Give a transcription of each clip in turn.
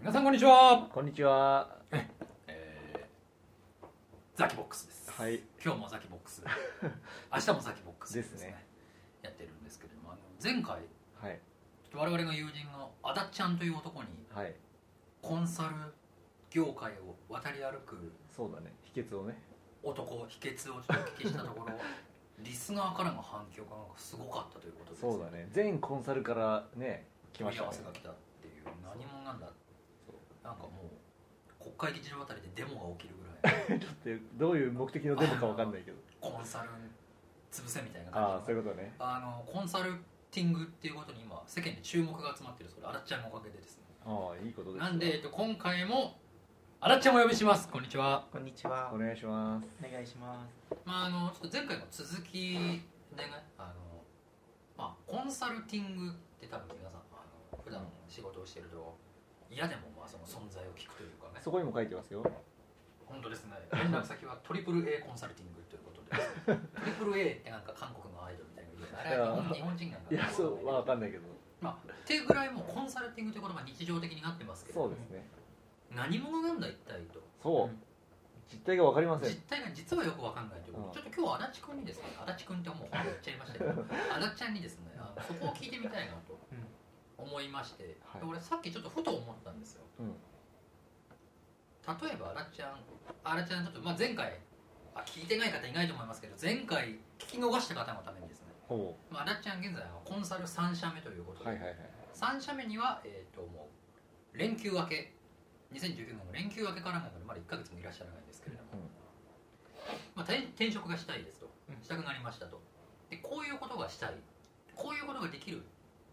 皆さんこんにちは、こんにちは。えーザキボックスです、はい今日もザキボック ス明日もザキボックスですねやってるんですけれどもあの前回はい。ちょっと我々の友人のあだっちゃんという男にはい。コンサル業界を渡り歩くそうだね。秘訣をね。男秘訣をちょっとお聞きしたところ リスナーからの反響がなんかすごかったということですそうだね。全コンサルからね、来ま問いした合ねわせが来たっていう何者なんだそうなんかもう国会議事堂あたりでデモが起きるぐらいちょっとどういう目的のデモかわかんないけど。コンサル潰せみたいな感じのああ、そういうことね。あのコンサルティングっていうことに今世間で注目が集まってるそれあらっちゃんのおかげでですねああ、いいことです。なんで、えっと、今回もあらっちゃんもお呼びしますこんにちは、こんにちは。お願いします。お願いします。。まあ、あのちょっと前回の続きでねあの、まあ、コンサルティングって多分皆さんあの普段仕事をしてると嫌でもまあその存在を聞くというかねそこにも書いてますよ。本当ですね連絡先はトリプル A コンサルティングということですトリプル A ってなんか韓国のアイドルみたいなあれは日本日本人なんかいや、そう、わかんないけど。まあ、っていうぐらいもうコンサルティングということが日常的になってますけどそうですね。何者なんだ一体とそううん実態がわかりませ実ん。態が実はよく分かんないということで、ちょっと今日は足立君にですね足立君ってもう本名言っちゃいましたけど足立ちゃんにですねあのそこを聞いてみたいなとうん思いまして、ではい俺さっきちょっとふと思ったんですようん。例えば足立ちゃん足立ちゃんちょっと、まあ、前回あ聞いてない方いないと思いますけど前回聞き逃した方のためにですね、ほまあ、足立ちゃん現在はコンサル3社目ということう。で、はいはいはい。 3社目には、えー、ともう連休明け2019年の連休明けからもまだ1か月もいらっしゃらないですけれども、うんまあ、転転職がしたいですとうんしたくなりましたとでこういうことがしたいこういうことができる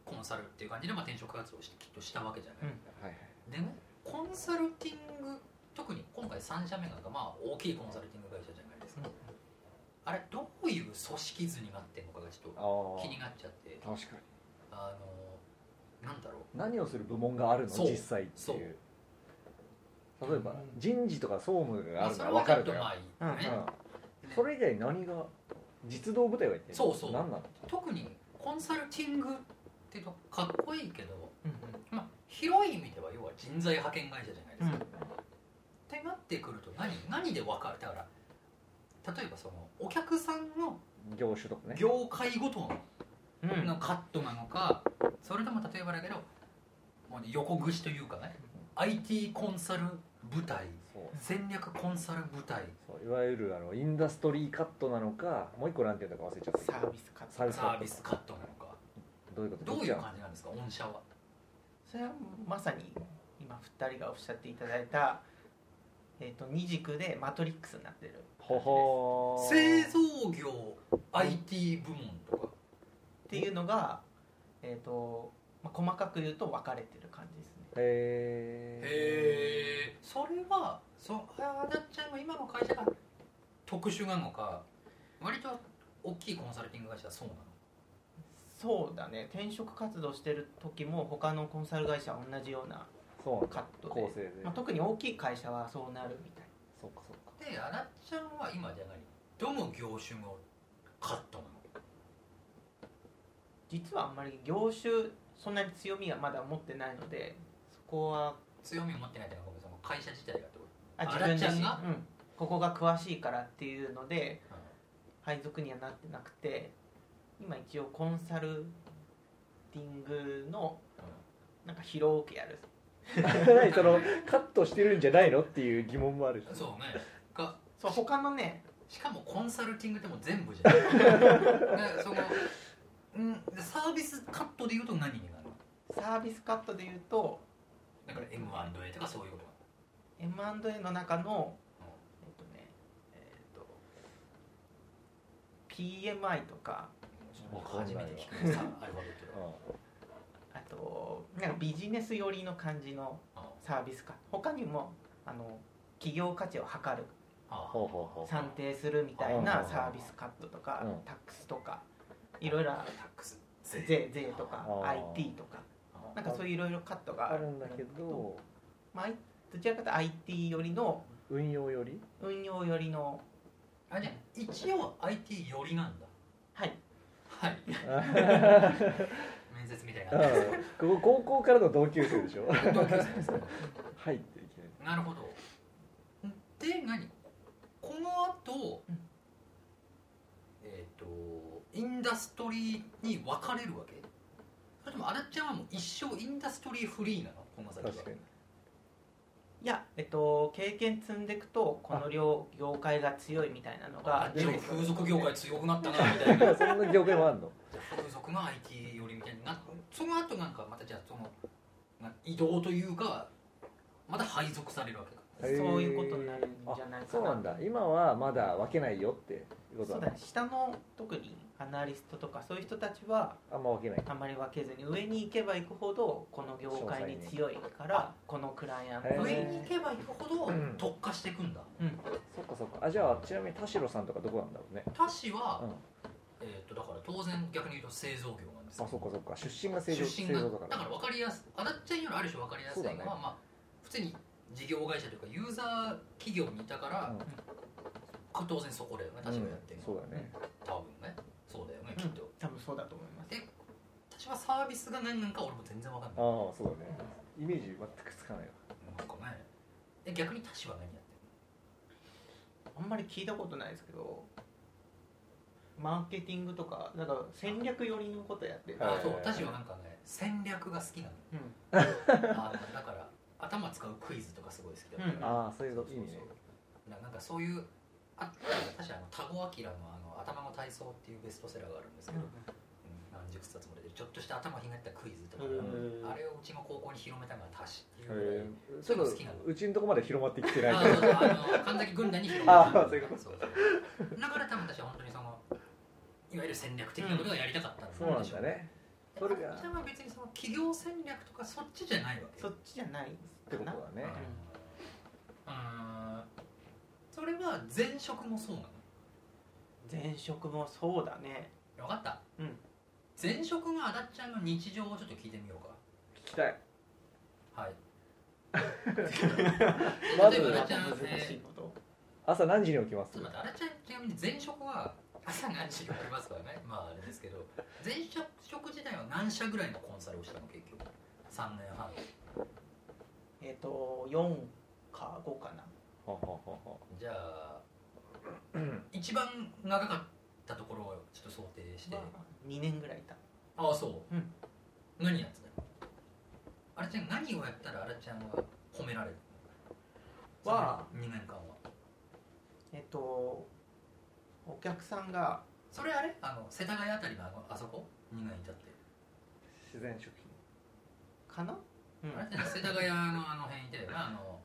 コンサルっていう感じで、まあ、転職活動をしきっとしたわけじゃない、はいはい。でねコンサルティング特に今回3社目が、まあ、大きいコンサルティング会社じゃないですか、あれどういう組織図になってるのかがちょっとあ気になっちゃってあ。確かに。あのなんだろう何をする部門があるのそう実際ってそういう。例えばうん人事とか総務がまああ、るそれのははわちかょっるとのよま。あいいよねうんねそれ以外何が実動部隊は言ってるそうそう何なの特にコンサルティングっていうとかっこいいけど、うんまあ、広い意味では要は人材派遣会社じゃないですか。うんってなってくると何何で分かるだから例えばそのお客さんの業種とかね業界ごとのうんうんのカットなのかそれとも例えばだけどもうね横串というかね IT コンサル部隊そう戦略コンサル部隊そういわゆるあのインダストリーカットなのかもう一個なんていうのか忘れちゃったけどサービスカットサービスカサーッビトスカットなのかどういうことどういじうゃん感じなんですか御社は。それはまさに今二人がおっしゃっていただいた、えっ、と二軸でマトリックスになってるほほー製造業 IT 部門とかっていうのが、えっ、と、まあ、細かく言うと分かれてる感じですね。へええそれはそあだっちゃんは今の会社が特殊なのか割と大きいコンサルティング会社はそうなのそうだね。転職活動してる時も他のコンサル会社は同じようなそうなんカだット構成で、でまあ、特に大きい会社はそうなるみたい。そうかそうかであだっちゃんは今じゃないどの業種のカットなの実はあんまり業種そんなに強みはまだ持ってないので、そこは強みを持ってないというのはごめんその会社自体がってこああ自分自らっ身、ちうゃんん、ここが詳しいからっていうのでと、配属にはなってなくて今一応コンサルティングのなんか広くやる何そのカットしてるんじゃないのっていう疑問もあるしそうねがそう他のねしかもコンサルティングってもう全部じゃないでそのうんでサービスカットでいうと何になるのサービスカットで言うとだから M&A とかそういうこと M&A の中のうんえっとねえっと PMI とか僕初めて聞くさアルファベットうがんあとなんかビジネス寄りの感じのあサービスカット他にもあの企業価値を測るあほうほうほう算定するみたいなサービスカットとか、うんタックスとかいろいろタックス税税とかあー IT とかあなんかそういういろいろカットがあるんだけ、どまあ、どちらかというと IT よりの運用より運用よりのあじゃあ一応 IT 寄りなんだはいはいあ珍面接みたいうんなここ高校からの同級生でしょ同級生ですね入っていきなりなるほどで何この後、うんえっ、とインダストリーに分かれるわけそれともあらちゃんはもう一生インダストリーフリーなのこの先は確かにいや、えっと、経験積んでいくとこの両業界が強いみたいなのがあでも風俗業界強くなったなみたいなそんな業界もあ んの風俗が IT 寄りみたいになその後なんかまたじゃあそのな移動というかまた配属されるわけかそういうことになるんじゃないあかそうなんだ今はまだ分けないよっていうことそうなだんね下の特にアナリストとかそういう人たちはあんま分けないあんまり分けずに上に行けば行くほどこの業界に強いからこのクライアントへー上に行けば行くほどうん特化していくんだそっかそっかあじゃあちなみに田代さんとかどこなんだろうね他市は、うんえー、とだから当然逆に言うと製造業なんですあそっかそっか出身が製造出製身が造だだかからら分かりやすいあだっちゃんよりある種分かりやすいのは、そうだねまあ普通に事業会社というかユーザー企業にいたから、うん当然そこだよね田代やってるうのん、そうだね多分ねそうだよねきっと、多分そうだと思いますで私はサービスが何なんか俺も全然分かんなあいあそうだねイメージ全くつかないわなんかねえ逆に田代は何やってあんまり聞いたことないですけどマーケティングとかだから戦略寄りのことやってる、るの、はいあそう田代はなんかね戦略が好 きなのうんあのだから頭使うクイズとかすごい好きだったから、ああそういうこといいねななんかそういうあ確かあの田子明のあの「頭の体操」っていうベストセラーがあるんですけど、うん何十冊も出てちょっとした頭ひねったクイズとか、うんあれをうちの高校に広めたのが田氏っていうぐらへいえちそょういうのっと好きなのうちのとこまで広まってきてないあそうそうあの神崎軍団に広めあたーそういうことそうそうだから多分私は本当にそのいわゆる戦略的なことがやりたかったんでしそょうなんだねそれがあっちゃんは別にその企業戦略とかそっちじゃないわけそっちじゃないってかことなだねうんうんそれは前職もそうなの前職もそうだね分かった、うん前職があだっちゃんの日常をちょっと聞いてみよう聞きたいか はいまず例えばあだ難っちゃん、えしいーこと朝何時に起きちまょすっと待ってあだっちゃんちなみに前職は朝何時に起きますからねまああれですけど前職時代は何社ぐらいのコンサルをしたの結局3年半えっ、と4か5かなははははじゃあ一番長かったところをちょっと想定して、 2年ぐらいいたああそう、うん何やってたのあらちゃん何をやったらあらちゃんは褒められるのは2年間はえっ、とお客さんがそれあれあの世田谷あたりのあのあそこ2年いたって、自然食かな、うんあらちゃん世田谷のあの辺いたよなあの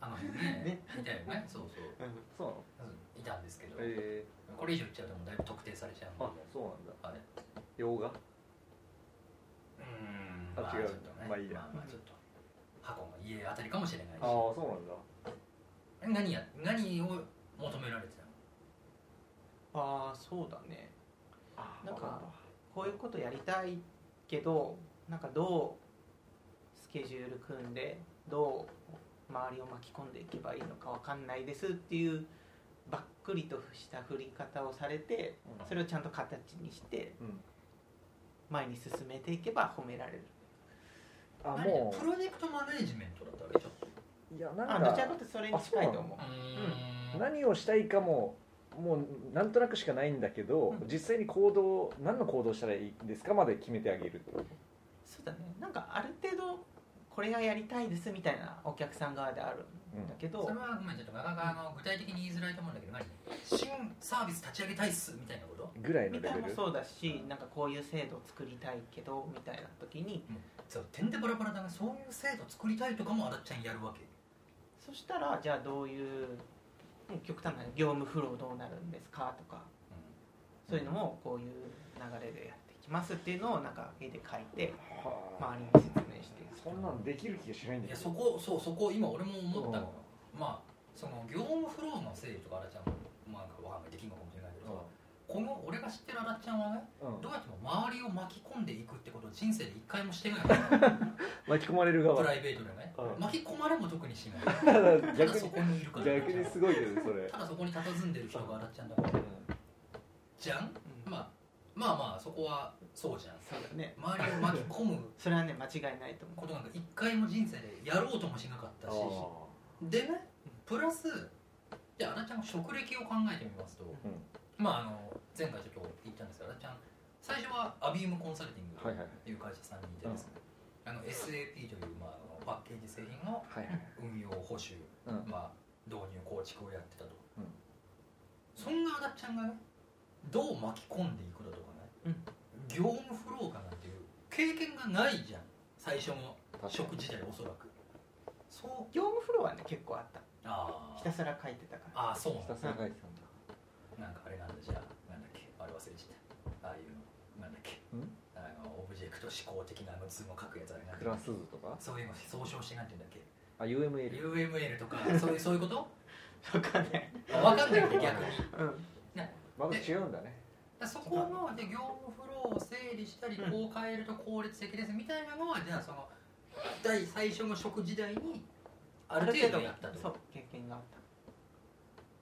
あの辺ねねいたよねそうそううん品そうなのいたんですけど、えこれ以上言っちゃうともうだいぶ特定されちゃうんー、であそうなんだあれ洋画うーんあまあ違うちょっとねまあいいやまあ、まあちょっと箱の家あたりかもしれないしああそうなんだ何や何を求められてたのああそうだねあなんかこういうことやりたいけどなんかどうスケジュール組んでどう周りを巻き込んでいけばいいのかわかんないですっていうばっくりとした振り方をされてそれをちゃんと形にしてうん前に進めていけば褒められるあ何もプロジェクトマネージメントだったわけちょっとういやなあんどちらかかというとそれに近いと思うーうん何をしたいかももうなんとなくしかないんだけど、うん実際に行動何の行動したらいいんですかまで決めてあげるってことそうだねなんかある程度これがやりたいですみたいなお客さん側であるんだけど、それはごめんちょっとなかなかあの具体的に言いづらいと思うんだけど何新サービス立ち上げたいっすみたいなことぐらいのレみたいベなのもルそうだしなんかこういう制度を作りたいけどみたいな時にそうてんでバラバラだねそういう制度作りたいとかもあだっちゃんやるわけそしたらじゃあどういううん極端な業務フローどうなるんですかとかそういうのもこういう流れでやっていきますっていうのをなんか絵で描いてはあ周りに説明してそんなんできる気がしないんいやだけそどこそうそこ今俺も思ったのよまあその業務フローの整理とかあだちゃんもまあなんかわかんないできんのかもしれないけどさこの俺が知ってるあだちゃんはねうんうんどうやっても周りを巻き込んでいくってことを人生で一回もしてないから巻き込まれるプ側ライベートでねうん巻き込まれも特にしないただ逆そにこにいるから逆にすごいけどねそれただそこに佇んでる人があだっちゃんだからじゃんうんまあまあまあそこはそうじゃんそうだね周りを巻き込むそれはね間違いないと思こうとなんか一回も人生でやろうともしなかったしでねプラスじゃああらちゃんの職歴を考えてみますと、まああの前回ちょっと言ったんですけどあらちゃん最初はアビームコンサルティングはいはいという会社さんにいてですね、あの SAP という、まあ、あのパッケージ製品のはいはい運用保守、うんまあ、導入構築をやってたと、うんそんなあらちゃんがねどう巻き込んでいくだとかね、うん業務フローかなんていう経験がないじゃん最初の確か職に自体おそらくそう業務フロアはね結構あったあひーたすら書いてたからあーそうなんひだたすら書いてたなんだんかあれなんだじゃあなんだっけあれ忘れちゃったああいうのなんだっけんあのオブジェクト思考的なあの図も書くやつあれなんクだっラけス図とかそういうの総称してなんて言うんだっけあ UML UML とかそういうそういうことわかんない分かんないけど逆にだかまうんだ違うんだねらそこので業務フローを整理したりうこんう変えると効率的ですみたいなのはじゃあその第最初の職時代にある程度やったそうと経験があった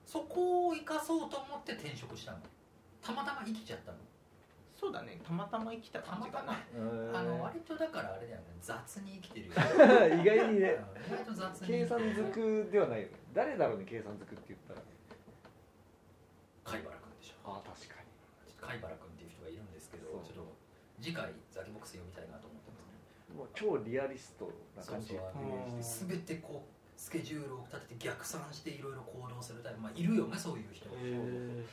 そこを生かそうと思って転職したのたまたま生きちゃったのそうだねたまたま生きたた感まじかたなまうーんあの割とだからあれだよね雑に生きてるよ意外にねうん割と雑に計算づくではないよね誰だろうね計算づくって言ったら貝原君でしょあ確かにちょっと貝原君っていう人がいるんですけどそうちょっと次回ザキボックス読みたいなと思ってますねもう超リアリストなそう感じそイうメあのージで全てこうスケジュールを立てて逆算していろいろ行動するタイプまあいるよねそういう人へ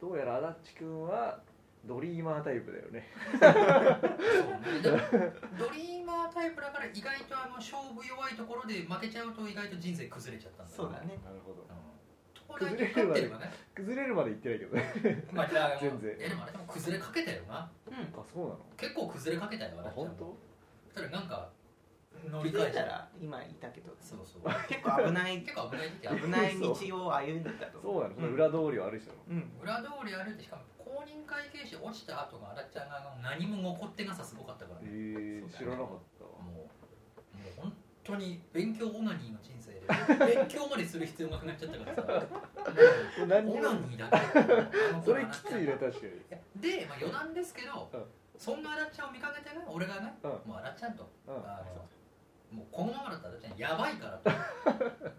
どうやら足立くんはドリーマータイプだよねそうねだからドリーマータイプだから意外とあの勝負弱いところで負けちゃうと意外と人生崩れちゃったんだそうだねねなるほど東大に勝ってればね崩れるまで言ってないけどねまあじゃあ全然いやでもあれでも崩れかけたよなうん あそうなの結構崩れかけたよあ私本当ただなんか乗り気づ換えいたたら今いたけどそうそう結構危 ない結構危ない時ある危ない道を歩んでたとそうなの、そのん裏通りを歩いてたのうん裏通り歩いてしかも公認会計士落ちた後があらちゃんが何も残ってなさすごかったからえねーそうだね知らなかったわもうもう本当に勉強オナニーの人生で勉強までする必要なくなっちゃったからさ これ何もうにオもナニーだけあのそれきついね確かにいやで、まあ、余談ですけど、うんそんなあらちゃんを見かけてね俺がね、うんもうあらちゃんとうんあのもうこのままだったらちゃんやばいから ともう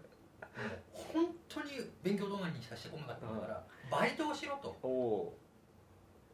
本当に勉強動画にしかしてこなかったから、バイトをしろとっおお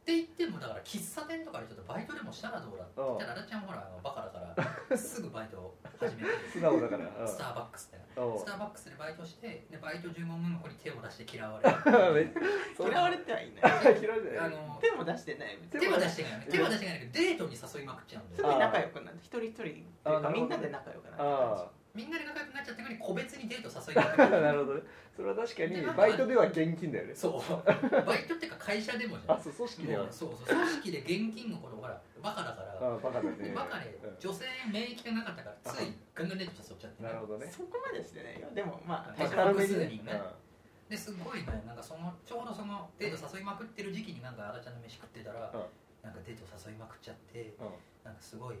て言ってもだから喫茶店とかでちょっとバイトでもしたらどうだって言ったらあらちゃんほらあのバカだから すぐバイトを始めてー素直だからスターバックスでねうんおスーターバックスでバイトしてでバイト15分の子に手を出して嫌われる めっちそう嫌われてはいないゃ嫌いじゃなあいの手も出してない別に手は出してないよね手は出してないけどデートに誘いまくっちゃうんだすよごい仲良くなって一人一人っていうあーなかるほどみんなで仲良くなってあみんなで仲良くなっちゃったのに個別にデート誘いまくっちあゃうなるほどねそれは確かにバイトでは現金だよねそうバイトっていうか会社でもじゃんあそう組織だもようねそうそう組織で現金のことほらバカだから、あバカだねバカで女性免疫がなかったからついガンガンデート誘っちゃってうんねなるほどね感じそこまでしてないよでもまあままああ大軽丈軽めめにねにねですごいねなんかそのちょうどそのデート誘いまくってる時期になんかあらちゃんの飯食ってたら、うんなんかデート誘いまくっちゃってうんなんかすごい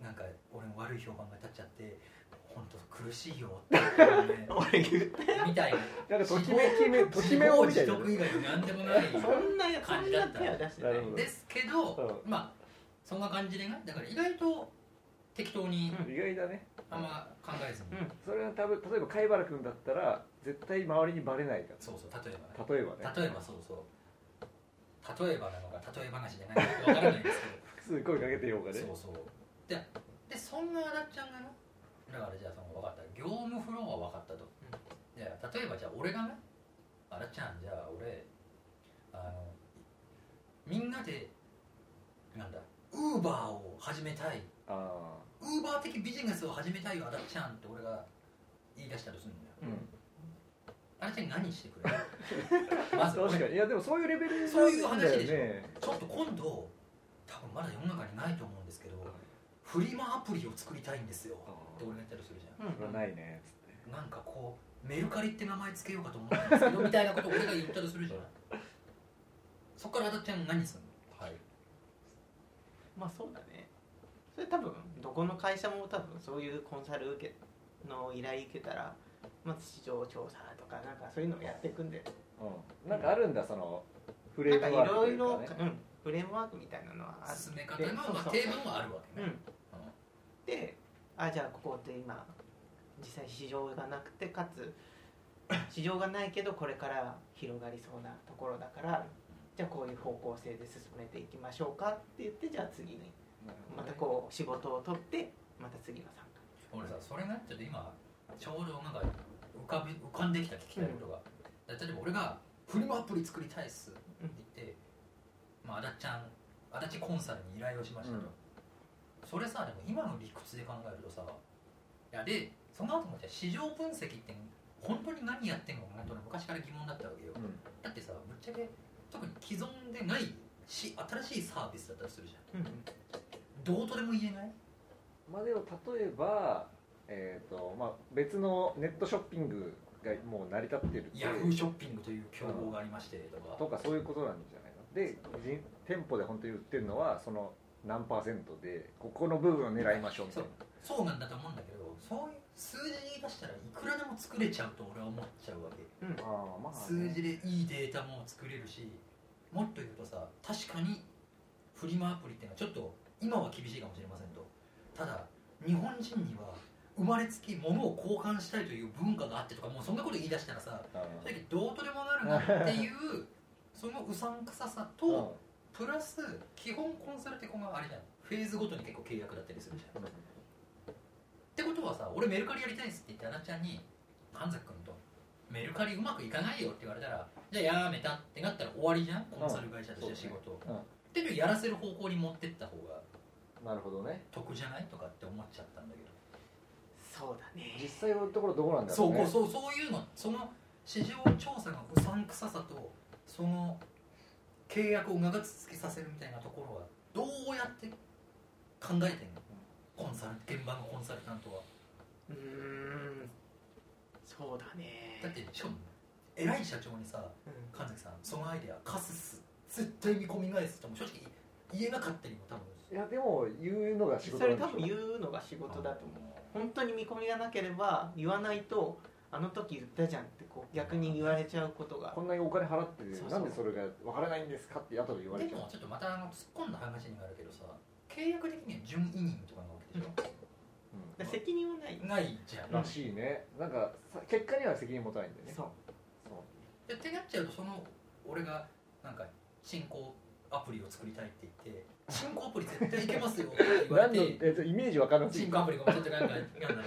なんか俺の悪い評判が立っちゃって本当苦しいよって言って ね俺言ってみたいななんかときめきめときめおみた自いな業自得以外なんでもないそんなやそ感じんだなった手は出してないなるほどですけど、うまあそんな感じでねだから意外と適当にうん意外だねあんま考えずに、うんそれは多分例えば貝原君だったら絶対周りにバレないかそうそう例えばら例えばねね例えばそうそう例えばなのか例え話じゃないのかわからないです複数声かけてようがけねどそうそうででそんなあらっちゃんがねだからじゃあその分かった業務フローは分かったと、じゃあ例えばじゃあ俺がねあらっちゃんじゃあ俺あのみんなでなんだウーバーを始めたいあウーバー的ビジネスを始めたいよ、アダちゃんって俺が言い出したとするんだよ。あうんアダちゃん何してくれ るまず、確か俺にいやでもそういうレベルそういう話なんだよでしょねちょっと今度、多分まだ世の中にないと思うんですけど、フリマアプリを作りたいんですよあって俺が言ったりするじゃうんそれはないねつってん。なんかこう、メルカリって名前つけようかと思ったんですけ ど、みたいなことを俺が言ったりするじゃん。そこからアダちゃん何するのはい。まあそうだねそれ多分どこの会社も多分そういうコンサル受けの依頼受けたらまず市場調査とかなんかそういうのをやっていくんでうんなんかあるんだそのフなレんかーいムワークろといいうかろね、うん、フレームワークみたいなのはあって進め方の、まそあ、うそう定文はあるわけうね、ん、であじゃあここって今実際市場がなくてかつ市場がないけどこれから広がりそうなところだからじゃあこういう方向性で進めていきましょうかって言ってじゃあ次にまたこう仕事を取ってまた次の参うん俺さそれがちょっと今ちょうどなんか浮かび浮かんできた聞きたいことが、例えば俺が「フリマアプリ作りたいっす」って言って、まあ、足立ちゃん足立コンサルに依頼をしましたと、うんそれさでも今の理屈で考えるとさいやでその後もじゃあ市場分析って本当に何やってんのかなと俺昔から疑問だったわけよ、うんだってさぶっちゃけ特に既存でないし新しいサービスだったりするじゃん加、うんうんどうとでも言えないまあでも例えば、えーとまあ、別のネットショッピングがもう成り立ってるってヤフーショッピングという競合がありましてととかかそういうことなんじゃないのでじ店舗で本当に売ってるのはその何パーセントでここの部分を狙いましょうみたいなそうなんだと思うんだけどそういう数字に出したらいくらでも作れちゃうと俺は思っちゃうわけあーまあね、数字でいいデータも作れるしもっと言うとさ確かにフリマアプリっていうのはちょっと今は厳しいかもしれませんとただ日本人には生まれつき物を交換したいという文化があってとかもうそんなこと言い出したらさあ正直どうとでもなるなっていう そのうさんくささーとプラス基本コンサルってこのあれじゃんフェーズごとに結構契約だったりするじゃんってことはさ俺メルカリやりたいですって言ってアナちゃんに神崎君とメルカリうまくいかないよって言われたらじゃあやめたってなったら終わりじゃんコンサル会社として仕事を、うんっていうやらせる方向に持ってった方がなるほどね得じゃないとかって思っちゃったんだけどそうだね実際のところどこなんだろそううこねうそうそういうのその市場調査のうさんくささとその契約を長続きさせるみたいなところはどうやって考えてんのコンサル現場のコンサルタントはうーんそうだねだってしかも偉い社長にさうん神崎さんそのアイデアカスっす絶対見込みないっすとも正直言えなかったりも多分いやでも言うのが仕事そなれんでし多ょ分言うのが仕事だと思うう本当に見込みがなければ言わないとあの時言ったじゃんってこう逆に言われちゃうことがこんなにお金払ってそうそうなんでそれが分からないんですかって後で言われでちゃうもちょっとまたあの突っ込んだ話になるけどさ契約的には準委任とかなわけでしうで責任はないょないじゃんんらしいねなんかさ結果には責任持たないんだよねそうそうでってなっちゃうとその俺がなんか進行アプリを作りたいって言って進行アプリ絶対いけますよって言われ何のてえっとイメージわかんなくて進聞行アプリがもうちょっとなんかなんだろうね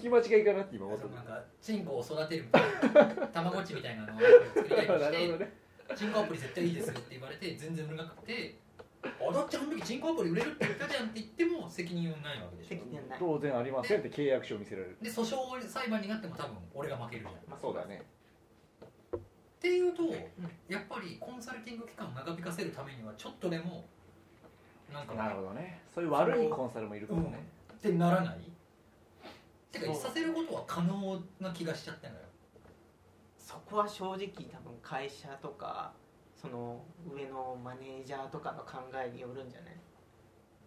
き間違いかなって今思っそたのなんかチンコを育てるみたいなたまごっちみたいなのを作りたいと なしるほどてねチンコアプリ絶対いいですよって言われて全然売れなくてあだっちゃんの時チンコアプリ売れるって言ったじゃんって言っても責任はないわけでし責任はない当然ありませんって契約書を見せられるょで訴訟裁判になっても多分俺が負けるじゃんっまあそうだねていうとやっぱりコンサルティング期間を長引かせるためにはちょっとでもなんかなるほどねそういう悪いコンサルもいるからねってならないてそかうさせることは可能な気がしちゃったのよそこは正直多分会社とかその上のマネージャーとかの考えによるんじゃない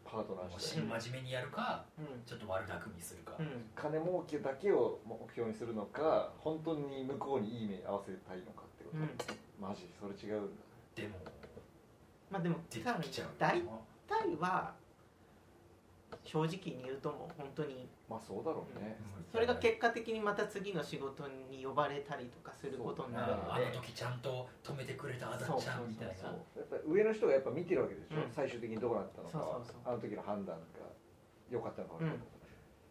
パートナーして真面目にやるかうちょっと悪巧みするか、ん、うん、金儲けだけを目標にするのか本当に向こうにいい目合わせたいのかってことうん、マジそれ違うんだでもまあでもで多分きちゃう大体は正直に言うともう本当にまあそうだろうねそれが結果的にまた次の仕事に呼ばれたりとかすることになるああのので時ちゃんと止めてくれたあだちゃんみたいなそうそやうそうそうっぱり上の人がやっぱ見てるわけでしょ、うん最終的にどうなったのかそうそうそうあの時の判断が良かったのか悪かっ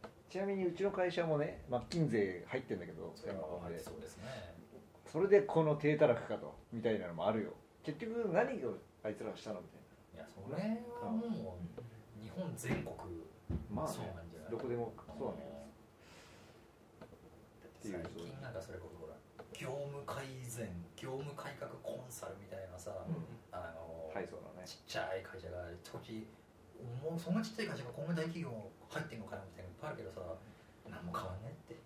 たのか、うちなみにうちの会社もねマッキンゼー入ってんだけどそれは今までそうですねそれでこの低たらくかとみたいなのもあるよ結局何をあいつらがしたのみたいいやそれはもう日本全国なまあ、ね、そうなんじゃないどこでもそうなんだ最近なんかそれこそほら業務改善業務改革コンサルみたいなさ、んあの、けどはいそうだねちっちゃい会社が時々もうそんなちっちゃい会社がこんな大企業入ってんのかよみたいなのいっぱいあるけどさ何も変わんねって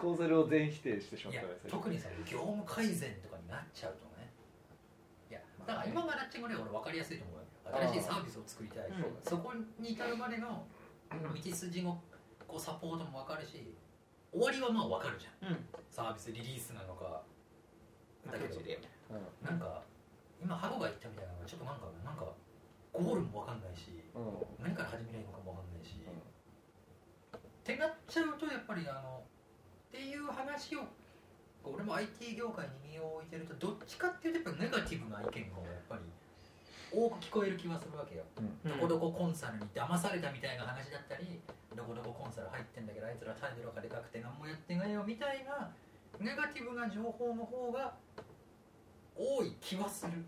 コンサルを全否定してしまっいたやら最初特にさ業務改善とかになっちゃうとねいやだから今がラッチングレ俺分かりやすいと思うよ新しいサービスを作りたい、うんそこに至るまでの道筋のこうサポートも分かるし終わりはまあ分かるじゃんうんサービスリリースなのかまあだけど途中でなんか今ハロが言ったみたいなのがちょっとなんかなんかゴールもわかんないしうんうん何から始めりゃいいのかもわかんないし、ってなっちゃうとやっぱりあのっていう話を俺も IT 業界に身を置いてるとどっちかっていうとやっぱネガティブな意見の方がやっぱり多く聞こえる気はするわけよ、うんどこどこコンサルに騙されたみたいな話だったりどこどこコンサル入ってんだけどあいつら態度がでかくて何もやってないよみたいなネガティブな情報の方が多い気はするうん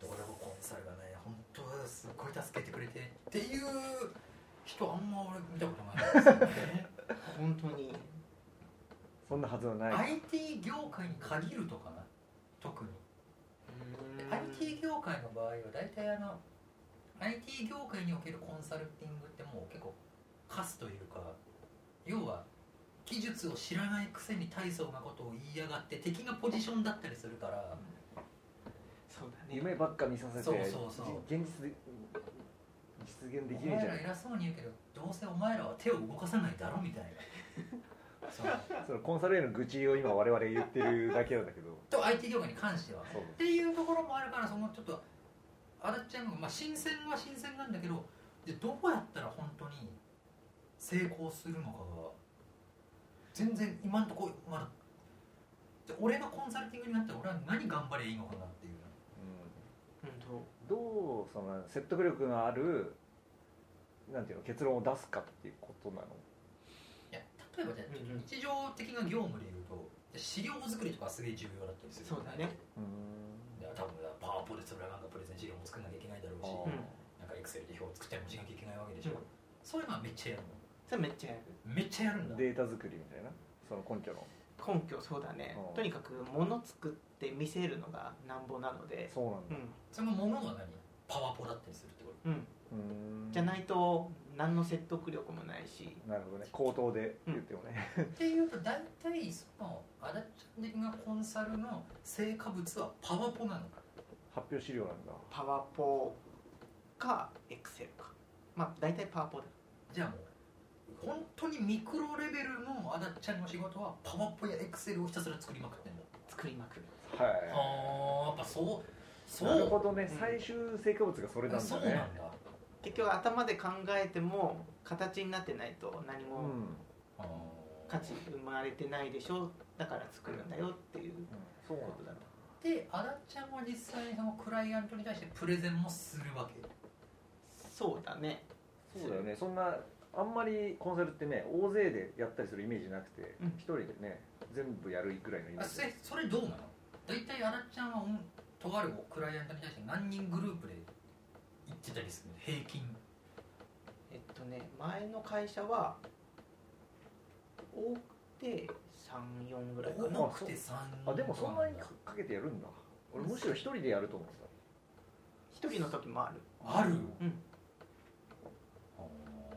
どこでもコンサルがね本当はすっごい助けてくれてっていう人あんま俺見たことないですよ ね本当にそんなはずはない IT 業界に限るとかな特に、で IT 業界の場合は大体あの IT 業界におけるコンサルティングってもう結構カスというか要は技術を知らないくせに大層なことを言いやがって敵がポジションだったりするからそうだね夢ばっか見させてそうそうそうじ現実で実現でおきねえ前じゃらん偉そうに言うけどどうせお前らは手を動かさないだろみたいなそうそのコンサルへの愚痴を今我々言ってるだけなんだけどと IT 業界に関してはそうっていうところもあるからそのちょっとあだっちゃんが、まあ、新鮮は新鮮なんだけどでどうやったら本当に成功するのかが全然今んところまだで俺がコンサルティングになったら俺は何頑張りゃいいのかなっていう本どうその説得力のあるなんていうの結論を出すかっていうことなのいや例えばじゃあうんうん日常的な業務でいうとで資料作りとかすげえ重要だったりするそうだねうーんで多分パワーポでそれはなんかプレゼン資料も作んなきゃいけないだろうしなあんかエクセルで表を作ったりもしなきゃいけないわけでしょ、うんそういうのはめっちゃやるの当それめっちゃやるめっちゃやるんだーデータ作りみたいなその根拠の根拠そうだねうんとにかく物作って見せるのがなんぼなのでそうなんうだんそのものが何パワポだったりするってこうんうーんじゃないと何の説得力もないしなるほどね口頭で言ってもね、とっていうと大体そのアダちゃん的なコンサルの成果物はパワポなのか発表資料なんだパワポかエクセルかまあ大体パワポだじゃあもう本当にミクロレベルのアダちゃんの仕事はパワポやエクセルをひたすら作りまくってんだ作りまくるはあーやっぱそういそうなるほどね、うん最終成果物がそれなんそだうなんねだ結局頭で考えても形になってないと何うもん、あー価値生まれてないでしょだから作るんだよっていうそうなんことだろでアダちゃんは実際にそのクライアントに対してプレゼンもするわけそうだねそうだよねそんなあんまりコンサルってね大勢でやったりするイメージなくてうん一、人でね全部やるぐらいのイメあージそれそれどうなの大体あらちゃんはうんとあるクライアントに対して何人グループで行ってたりするの平均えっとね前の会社は多くて34ぐらいかな多くて3人あでもそんなにとかかかけてやるんだ俺むしろ一人でやると思って一人の時もあるある、うん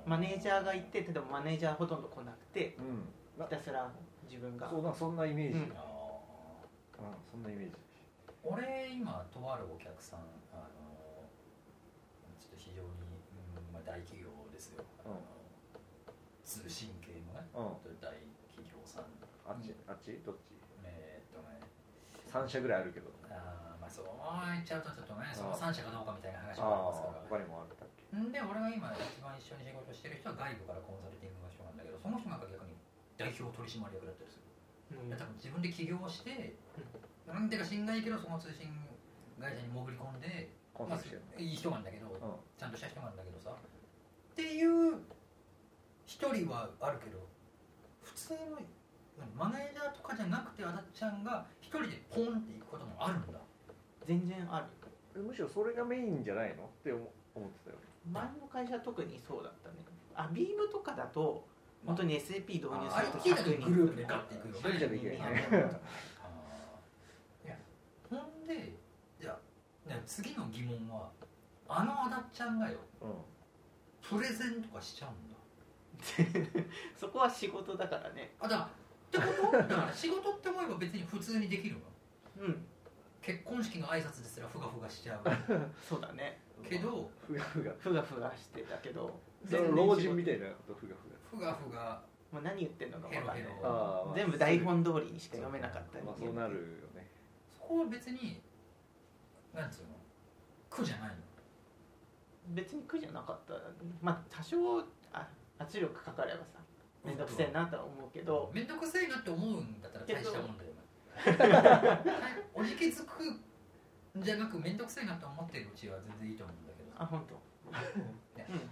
マネージャーがいて例えばマネージャーほとんど来なくてたうんなひたすら自分がそうなそんなイメージ、ううんんあーそんなイメージ俺今とあるお客さんあのちょっと非常に、うんまあ、大企業ですよ、あのうん通信系のねうん大企業さんあっち、あっちどっちえーっとね3社ぐらいあるけどあーまあそう言っちゃうとちょっとねその3あ社かどうかみたいな話もありまあすかあら他にもあったっけで俺が今一番一緒に仕事してる人は外部からコンサルティングの人なんだけどその人なんか逆に代表取締役だったりするうん多分自分で起業してなんていうか知んないけどその通信会社に潜り込んで、コンサルしてるまあいい人なんだけどの、うんちゃんとした人なんだけどさっていう一人はあるけど普通のマネージャーとかじゃなくてあだっちゃんが一人でポンっていくこともあるんだ全然あるえむしろそれがメインじゃないのって思思ってたよ前の会社は特にそうだったねあビームとかだと本当に SAP 導入あすると IT だと100グ人ループでガッていくよね一人じゃできないね200人あーいやほんでじゃあね次の疑問はあのあだっちゃんがようプレゼンとかしちゃうんだ そこは仕事だからねあだからってことだから仕事って思えば別に普通にできるわうん結婚式の挨拶ですらふがふがしちゃうそうだねんけどふがふがふがふがしてたけどその老人みたいなことふがふふががふがもう何言ってんのか分かんないヘロヘロあーまあ全部台本通りにしか読めなかったりまあそうなるよねそこは別になんつうの苦じゃないの別に苦じゃなかったまあ多少あ圧力かかればさ面倒くせえなとは思うけど、面倒くせえなって思うんだったら大したもんだよお前おじけづくんじゃなく面倒くせえなって思ってるうちは全然いいと思うんだけどあ本当ねうん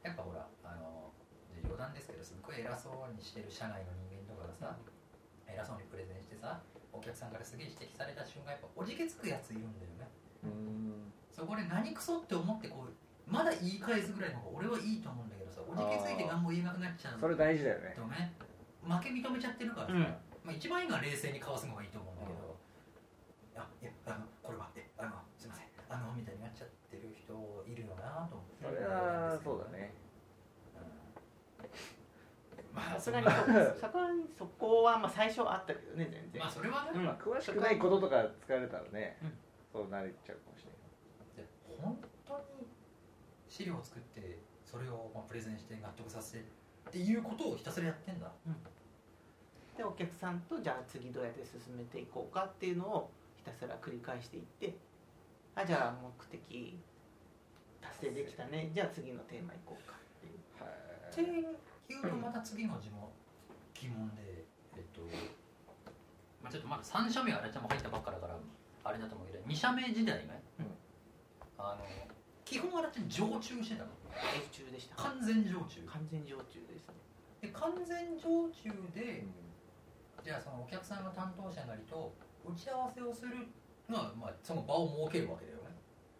やっぱほらあの余談ですけどすっごい偉そうにしてる社内の人間とかがさ偉そうにプレゼンしてさお客さんからすげえ指摘された瞬間やっぱおじけつくやついるんだよねうんそこで何クソって思ってこうまだ言い返すぐらいの方が俺はいいと思うんだけどさおじけついて何も言えなくなっちゃうそれ大事だよねとね負け認めちゃってるからさ、うまんあ、一番いいのは冷静にかわすのがいいと思うんだけど、あいやあのこれはえあのすいませんあのみたいになっちゃってる人いるよなと思ってそれはそうだねうんまあさす がにそそこそこはまあ最初はあったけどね全然、まあそれはね、うんまあ詳しくないこととか疲れたらねそうなれちゃうかもしれでない本当に資料を作ってそれをまあプレゼンして納得させてっていうことをひたすらやってんだでお客さんとじゃあ次どうやって進めていこうかっていうのをひたすら繰り返していってあじゃあ目的達成できた ねじゃあ次のテーマいこうかっていうっていうとまた次の字も疑問でえっと、まあ、ちょっとまだ3社目はあれちゃんも入ったばっかだからあれだと思うけど2社目時代ね、うんあの基本あれちゃん常駐してたの常中でした完全常駐完全常駐ですねで完全常駐うでんじゃあそのお客さんの担当者なりと打ち合わせをするのは、まあ、その場を設けるわけだよね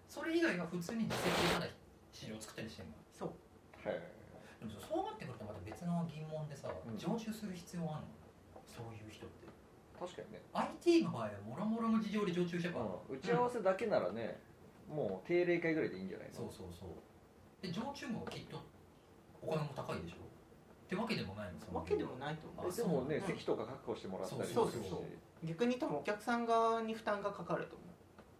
それ以外は普通に自席でただ資料作ったりしてるのそうはいでもそうなってくるとまた別の疑問でさ、うん常駐する必要あるのそういう人って確かにね IT の場合はもろもろの事情で常駐してば、うん打ち合わせだけならねもう定例会ぐらいでいいんじゃないのそうそうそうで常駐もきっとお金も高いでしょってわけでもないのそのわけでもないとあ思うでもねそう席とか確保してもらったりするしそうそうそう逆に多分お客さん側に負担がかかると思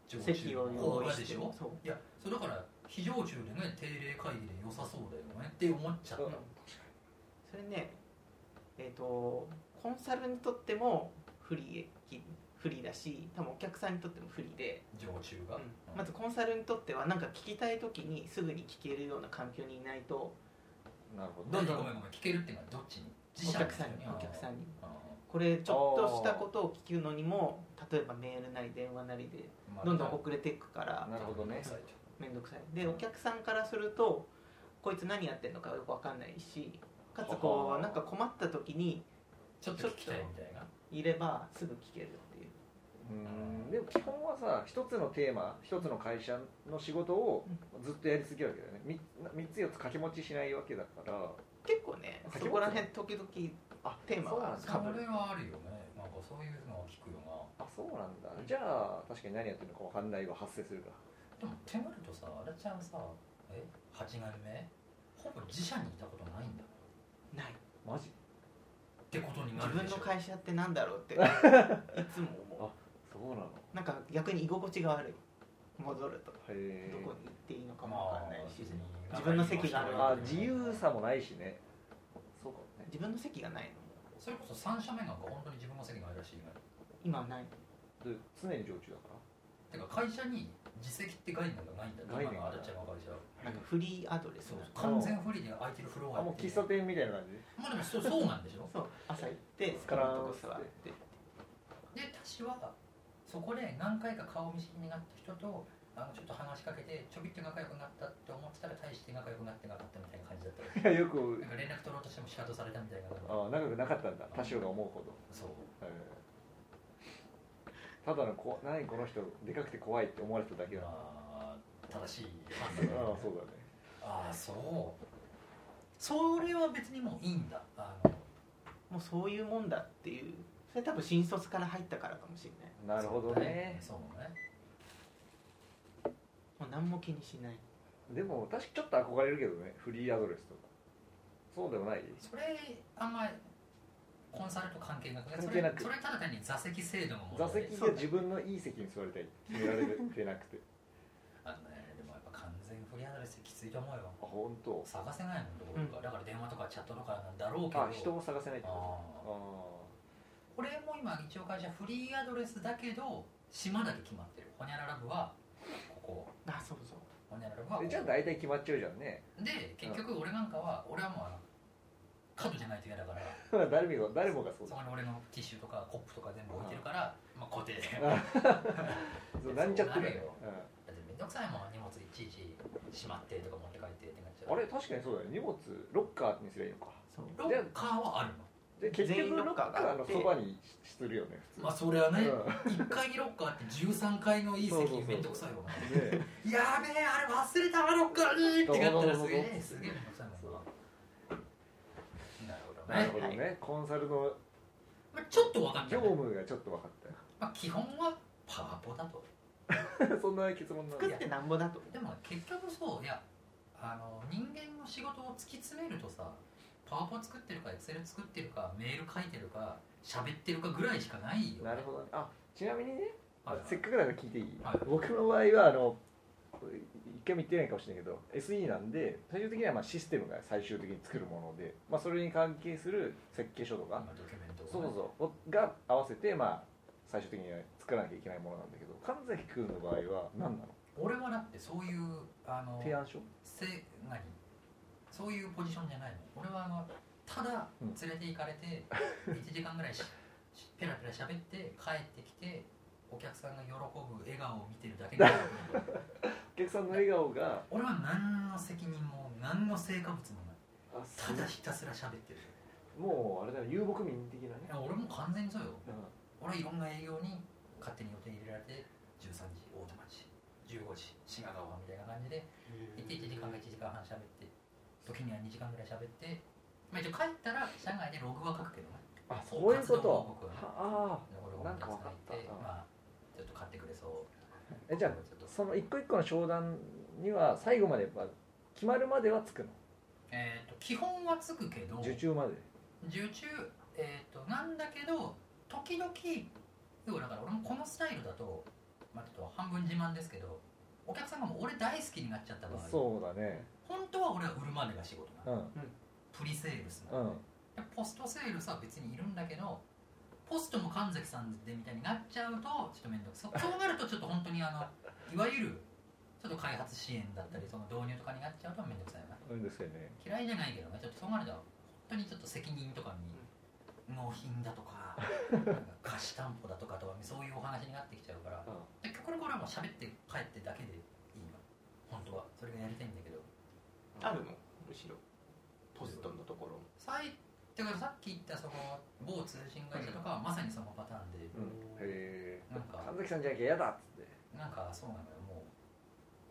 常う駐席を高用意価しでてしょそういやそれだから非常駐でね定例会議で良さそうだよねって思っちゃった、うんそれねえっ、とコンサルにとっても不利益不利だし多分お客さんにとっても不利で、常駐が、まずコンサルにとっては何か聞きたい時にすぐに聞けるような環境にいないとなるほどどんんどどんごんめんごめん聞けるっていうのはどっちにお客さんにあーお客さんにあこれちょっとしたことを聞くのにも例えばメールなり電話なりでーまあどんどん遅れていくからなるほどねそう面倒くさいでお客さんからするとこいつ何やってんのかよく分かんないしかつこははうなんか困った時にちょっと聞きたいみたいないればすぐ聞けるっていううんでも基本はさ一つのテーマ一つの会社の仕事をずっとやり続けるわけだよねみ三つ四つ掛け持ちしないわけだから結構ね書きますそこら辺時々あテーマはそうそかぶれるはあるよねなんかそういうのは聞くよなあそうなんだじゃあ確かに何やってるのか分かんないが発生するかでも手間るとさあれちゃんさえ8年目ほぼ自社にいたことないんだっないマジてことにな自る分でしのょ会社ってなんだろうっていつも思そうなのうなんか逆に居心地が悪い戻るとどへえこに行っていいのかまも分あかんないし別に自分の席があるあ自由さもないしねそうかもね自分の席がないのそれこそ3社目なんか本当に自分の席ないらしいね今はないで常に常駐だかてらか会社に自席って概念がないんだ概念今のあがないれちゃんの会社なんかフリーアドレスそうな完全フリーで空いてるフロアあもう喫茶店みたいな感じまあでもそうそうなんでしょそう朝行って好きカなラーとをこ座ってで私はそこで何回か顔見知りになった人とあのちょっと話しかけてちょびっと仲良くなったって思ってたら大して仲良くなってなかったみたいな感じだったいやよくなんか連絡取ろうとしても仕方されたみたいなあー仲良くなかったんだ多少が思うほどそうへーただのこ何この人でかくて怖いって思われてただけだなあまあ正しい判あ断だよねそうだねああそうそれは別にもういいんだあのもうそういうもんだっていうそれ多分新卒から入ったからかもしれないなるほどねそうだねもう何も気にしないでも私ちょっと憧れるけどねフリーアドレスとかそうでもないそうねそれあんまりコンサルと関係なくね関係なくそれそれただ単に座席制度の問座題席で自分のいい席に座りたい決められてなくてあのねでもやっぱ完全フリーアドレスってきついと思うよあ本当探せないもんどころか、だから電話とかチャットとかなんだろうけどあ人を探せないってことあーあ俺も今一応会社フリーアドレスだけど島だけ決まってるホニャララ部はここあそうそうホニャララ部はここえじゃあ大体決まっちゃうじゃんね で結局俺なんかは俺はもうあの角じゃないと嫌だから誰もが誰もがそうそだこに俺のティッシュとかコップとか全部置いてるからまあ固定であそうなんちゃってるよねそうだってめんどくさいもん荷物いちいちしまってとか持って帰ってってなっちゃうんあうれ確かにそうだよ荷物ロッカーにすりゃいいのかそうロッカーはあるので結全員局ロロッッカカーがあーっのてそばにするよね普通まあそれはねうん1階にロッカーあって13階のいいそうそう席そうめんどくさいよなねやべえあれ忘れたわロッカーにってなったらすげえすそうそうそうそうげえめんどくさいもんななるほどねなるほどね、コンサルのまあちょっと分かんない業務がちょっと分かっまあ基本はパワポだとたよ そんな結論なんだ作ってなんぼだとでも結局そういやあの人間の仕事を突き詰めるとさパワポ作ってるかエクセル作ってるかメール書いてるか喋ってるかぐらいしかないよなるほどねあちなみにね、はいせっかくだから聞いていい、はい僕の場合はあの一回も言ってないかもしれないけど SE なんで最終的にはまあシステムが最終的に作るもので、まあ、それに関係する設計書とか、今ドキュメントをねそうそうそうが合わせてまあ最終的には作らなきゃいけないものなんだけど神崎君の場合は何なの俺はだってそういうあの提案書せ何そういうポジションじゃないの俺はあのただうん連れて行かれ て1時間ぐらいししペラペラ喋って帰ってきてお客さんが喜ぶ笑顔を見てるだけ がお客さんの笑顔が俺は何の責任も何の成果物もないあただひたすら喋ってるもうあれだよ遊牧民的ないね、や俺も完全にそうようん俺はいろんな営業に勝手に予定入れられて13時大手町15時品川みたいな感じで行って1時間か1時間半喋って時には2時間ぐらい喋って、まあ、一応帰ったら社外でログは書くけどねあそういう活こ動報と告はねああこれなんかわかったうんまあちょっと買ってくれそうえじゃあちょっとその一個一個の商談には最後までやっぱ決まるまではつくのえー、と基本はつくけど受注まで受注えっ、となんだけど時々要はだから俺もこのスタイルだと、まあ、ちょっと半分自慢ですけどお客さんがもう俺大好きになっちゃった場合そうだね本当は俺は売るまでが仕事なうのんプリセールスなのうんでポストセールスは別にいるんだけどポストも神崎さんでみたいになっちゃうとちょっと面倒くさいそうなるとちょっと本当にあのいわゆるちょっと開発支援だったりその導入とかになっちゃうと面倒くさいよなうんですよね嫌いじゃないけどねちょっとそうなると本当にちょっと責任とかに納品だとかなんか貸し担保だとかとかそういうお話になってきちゃうからでこれこれはもう喋って帰ってだけでいいの本当はそれがやりたいんだけどあるのむしろポストのところ最てかさっき言ったその某通信会社とかはまさにそのパターンで、うんへえなんか神崎さんじゃなきゃ嫌だっつってなんかそうなのよも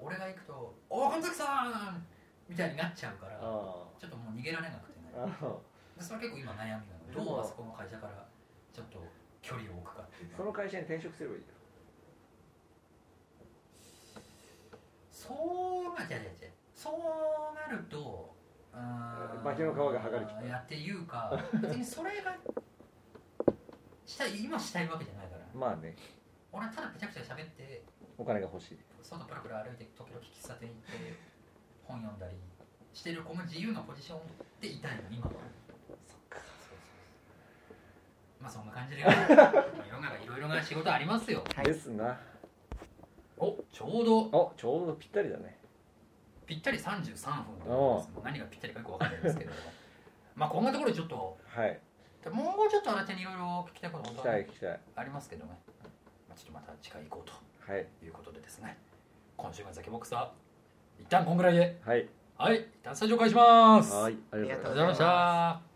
う俺が行くと「おお神崎さん!」みたいになっちゃうからあちょっともう逃げられなくてねああでそれ結構今悩みなのでもどうあそこの会社からちょっと距離を置くかっていうあかその会社に転職すればいいよそうなじゃじゃじゃそうなるとうーん化けの皮が剥がれちゃういやっていうか別にそれがしたい今したいわけじゃないからまあね俺はただペチャペチャ喋ってお金が欲しい外プラプラ歩いて時々喫茶店行って本読んだりしてるこの自由なポジションでいたいの今はそっかそうそうそうまあそんな感じで世の中いろいろな仕事ありますよはいですなおちょうどおちょうどぴったりだねぴったり33分ですもう何がぴったりかよくわかんないですけどまあこんなところでちょっとはいもうちょっと新手にいろいろ聞きたいこと本聞き当たはい聞きたいありますけどね、まあ、ちょっとまた次回行こうはいということでですね今週のザキボクサー一旦こんぐらいではいはい一旦スタジオ返しますはいありりががととうありがとううございますごございました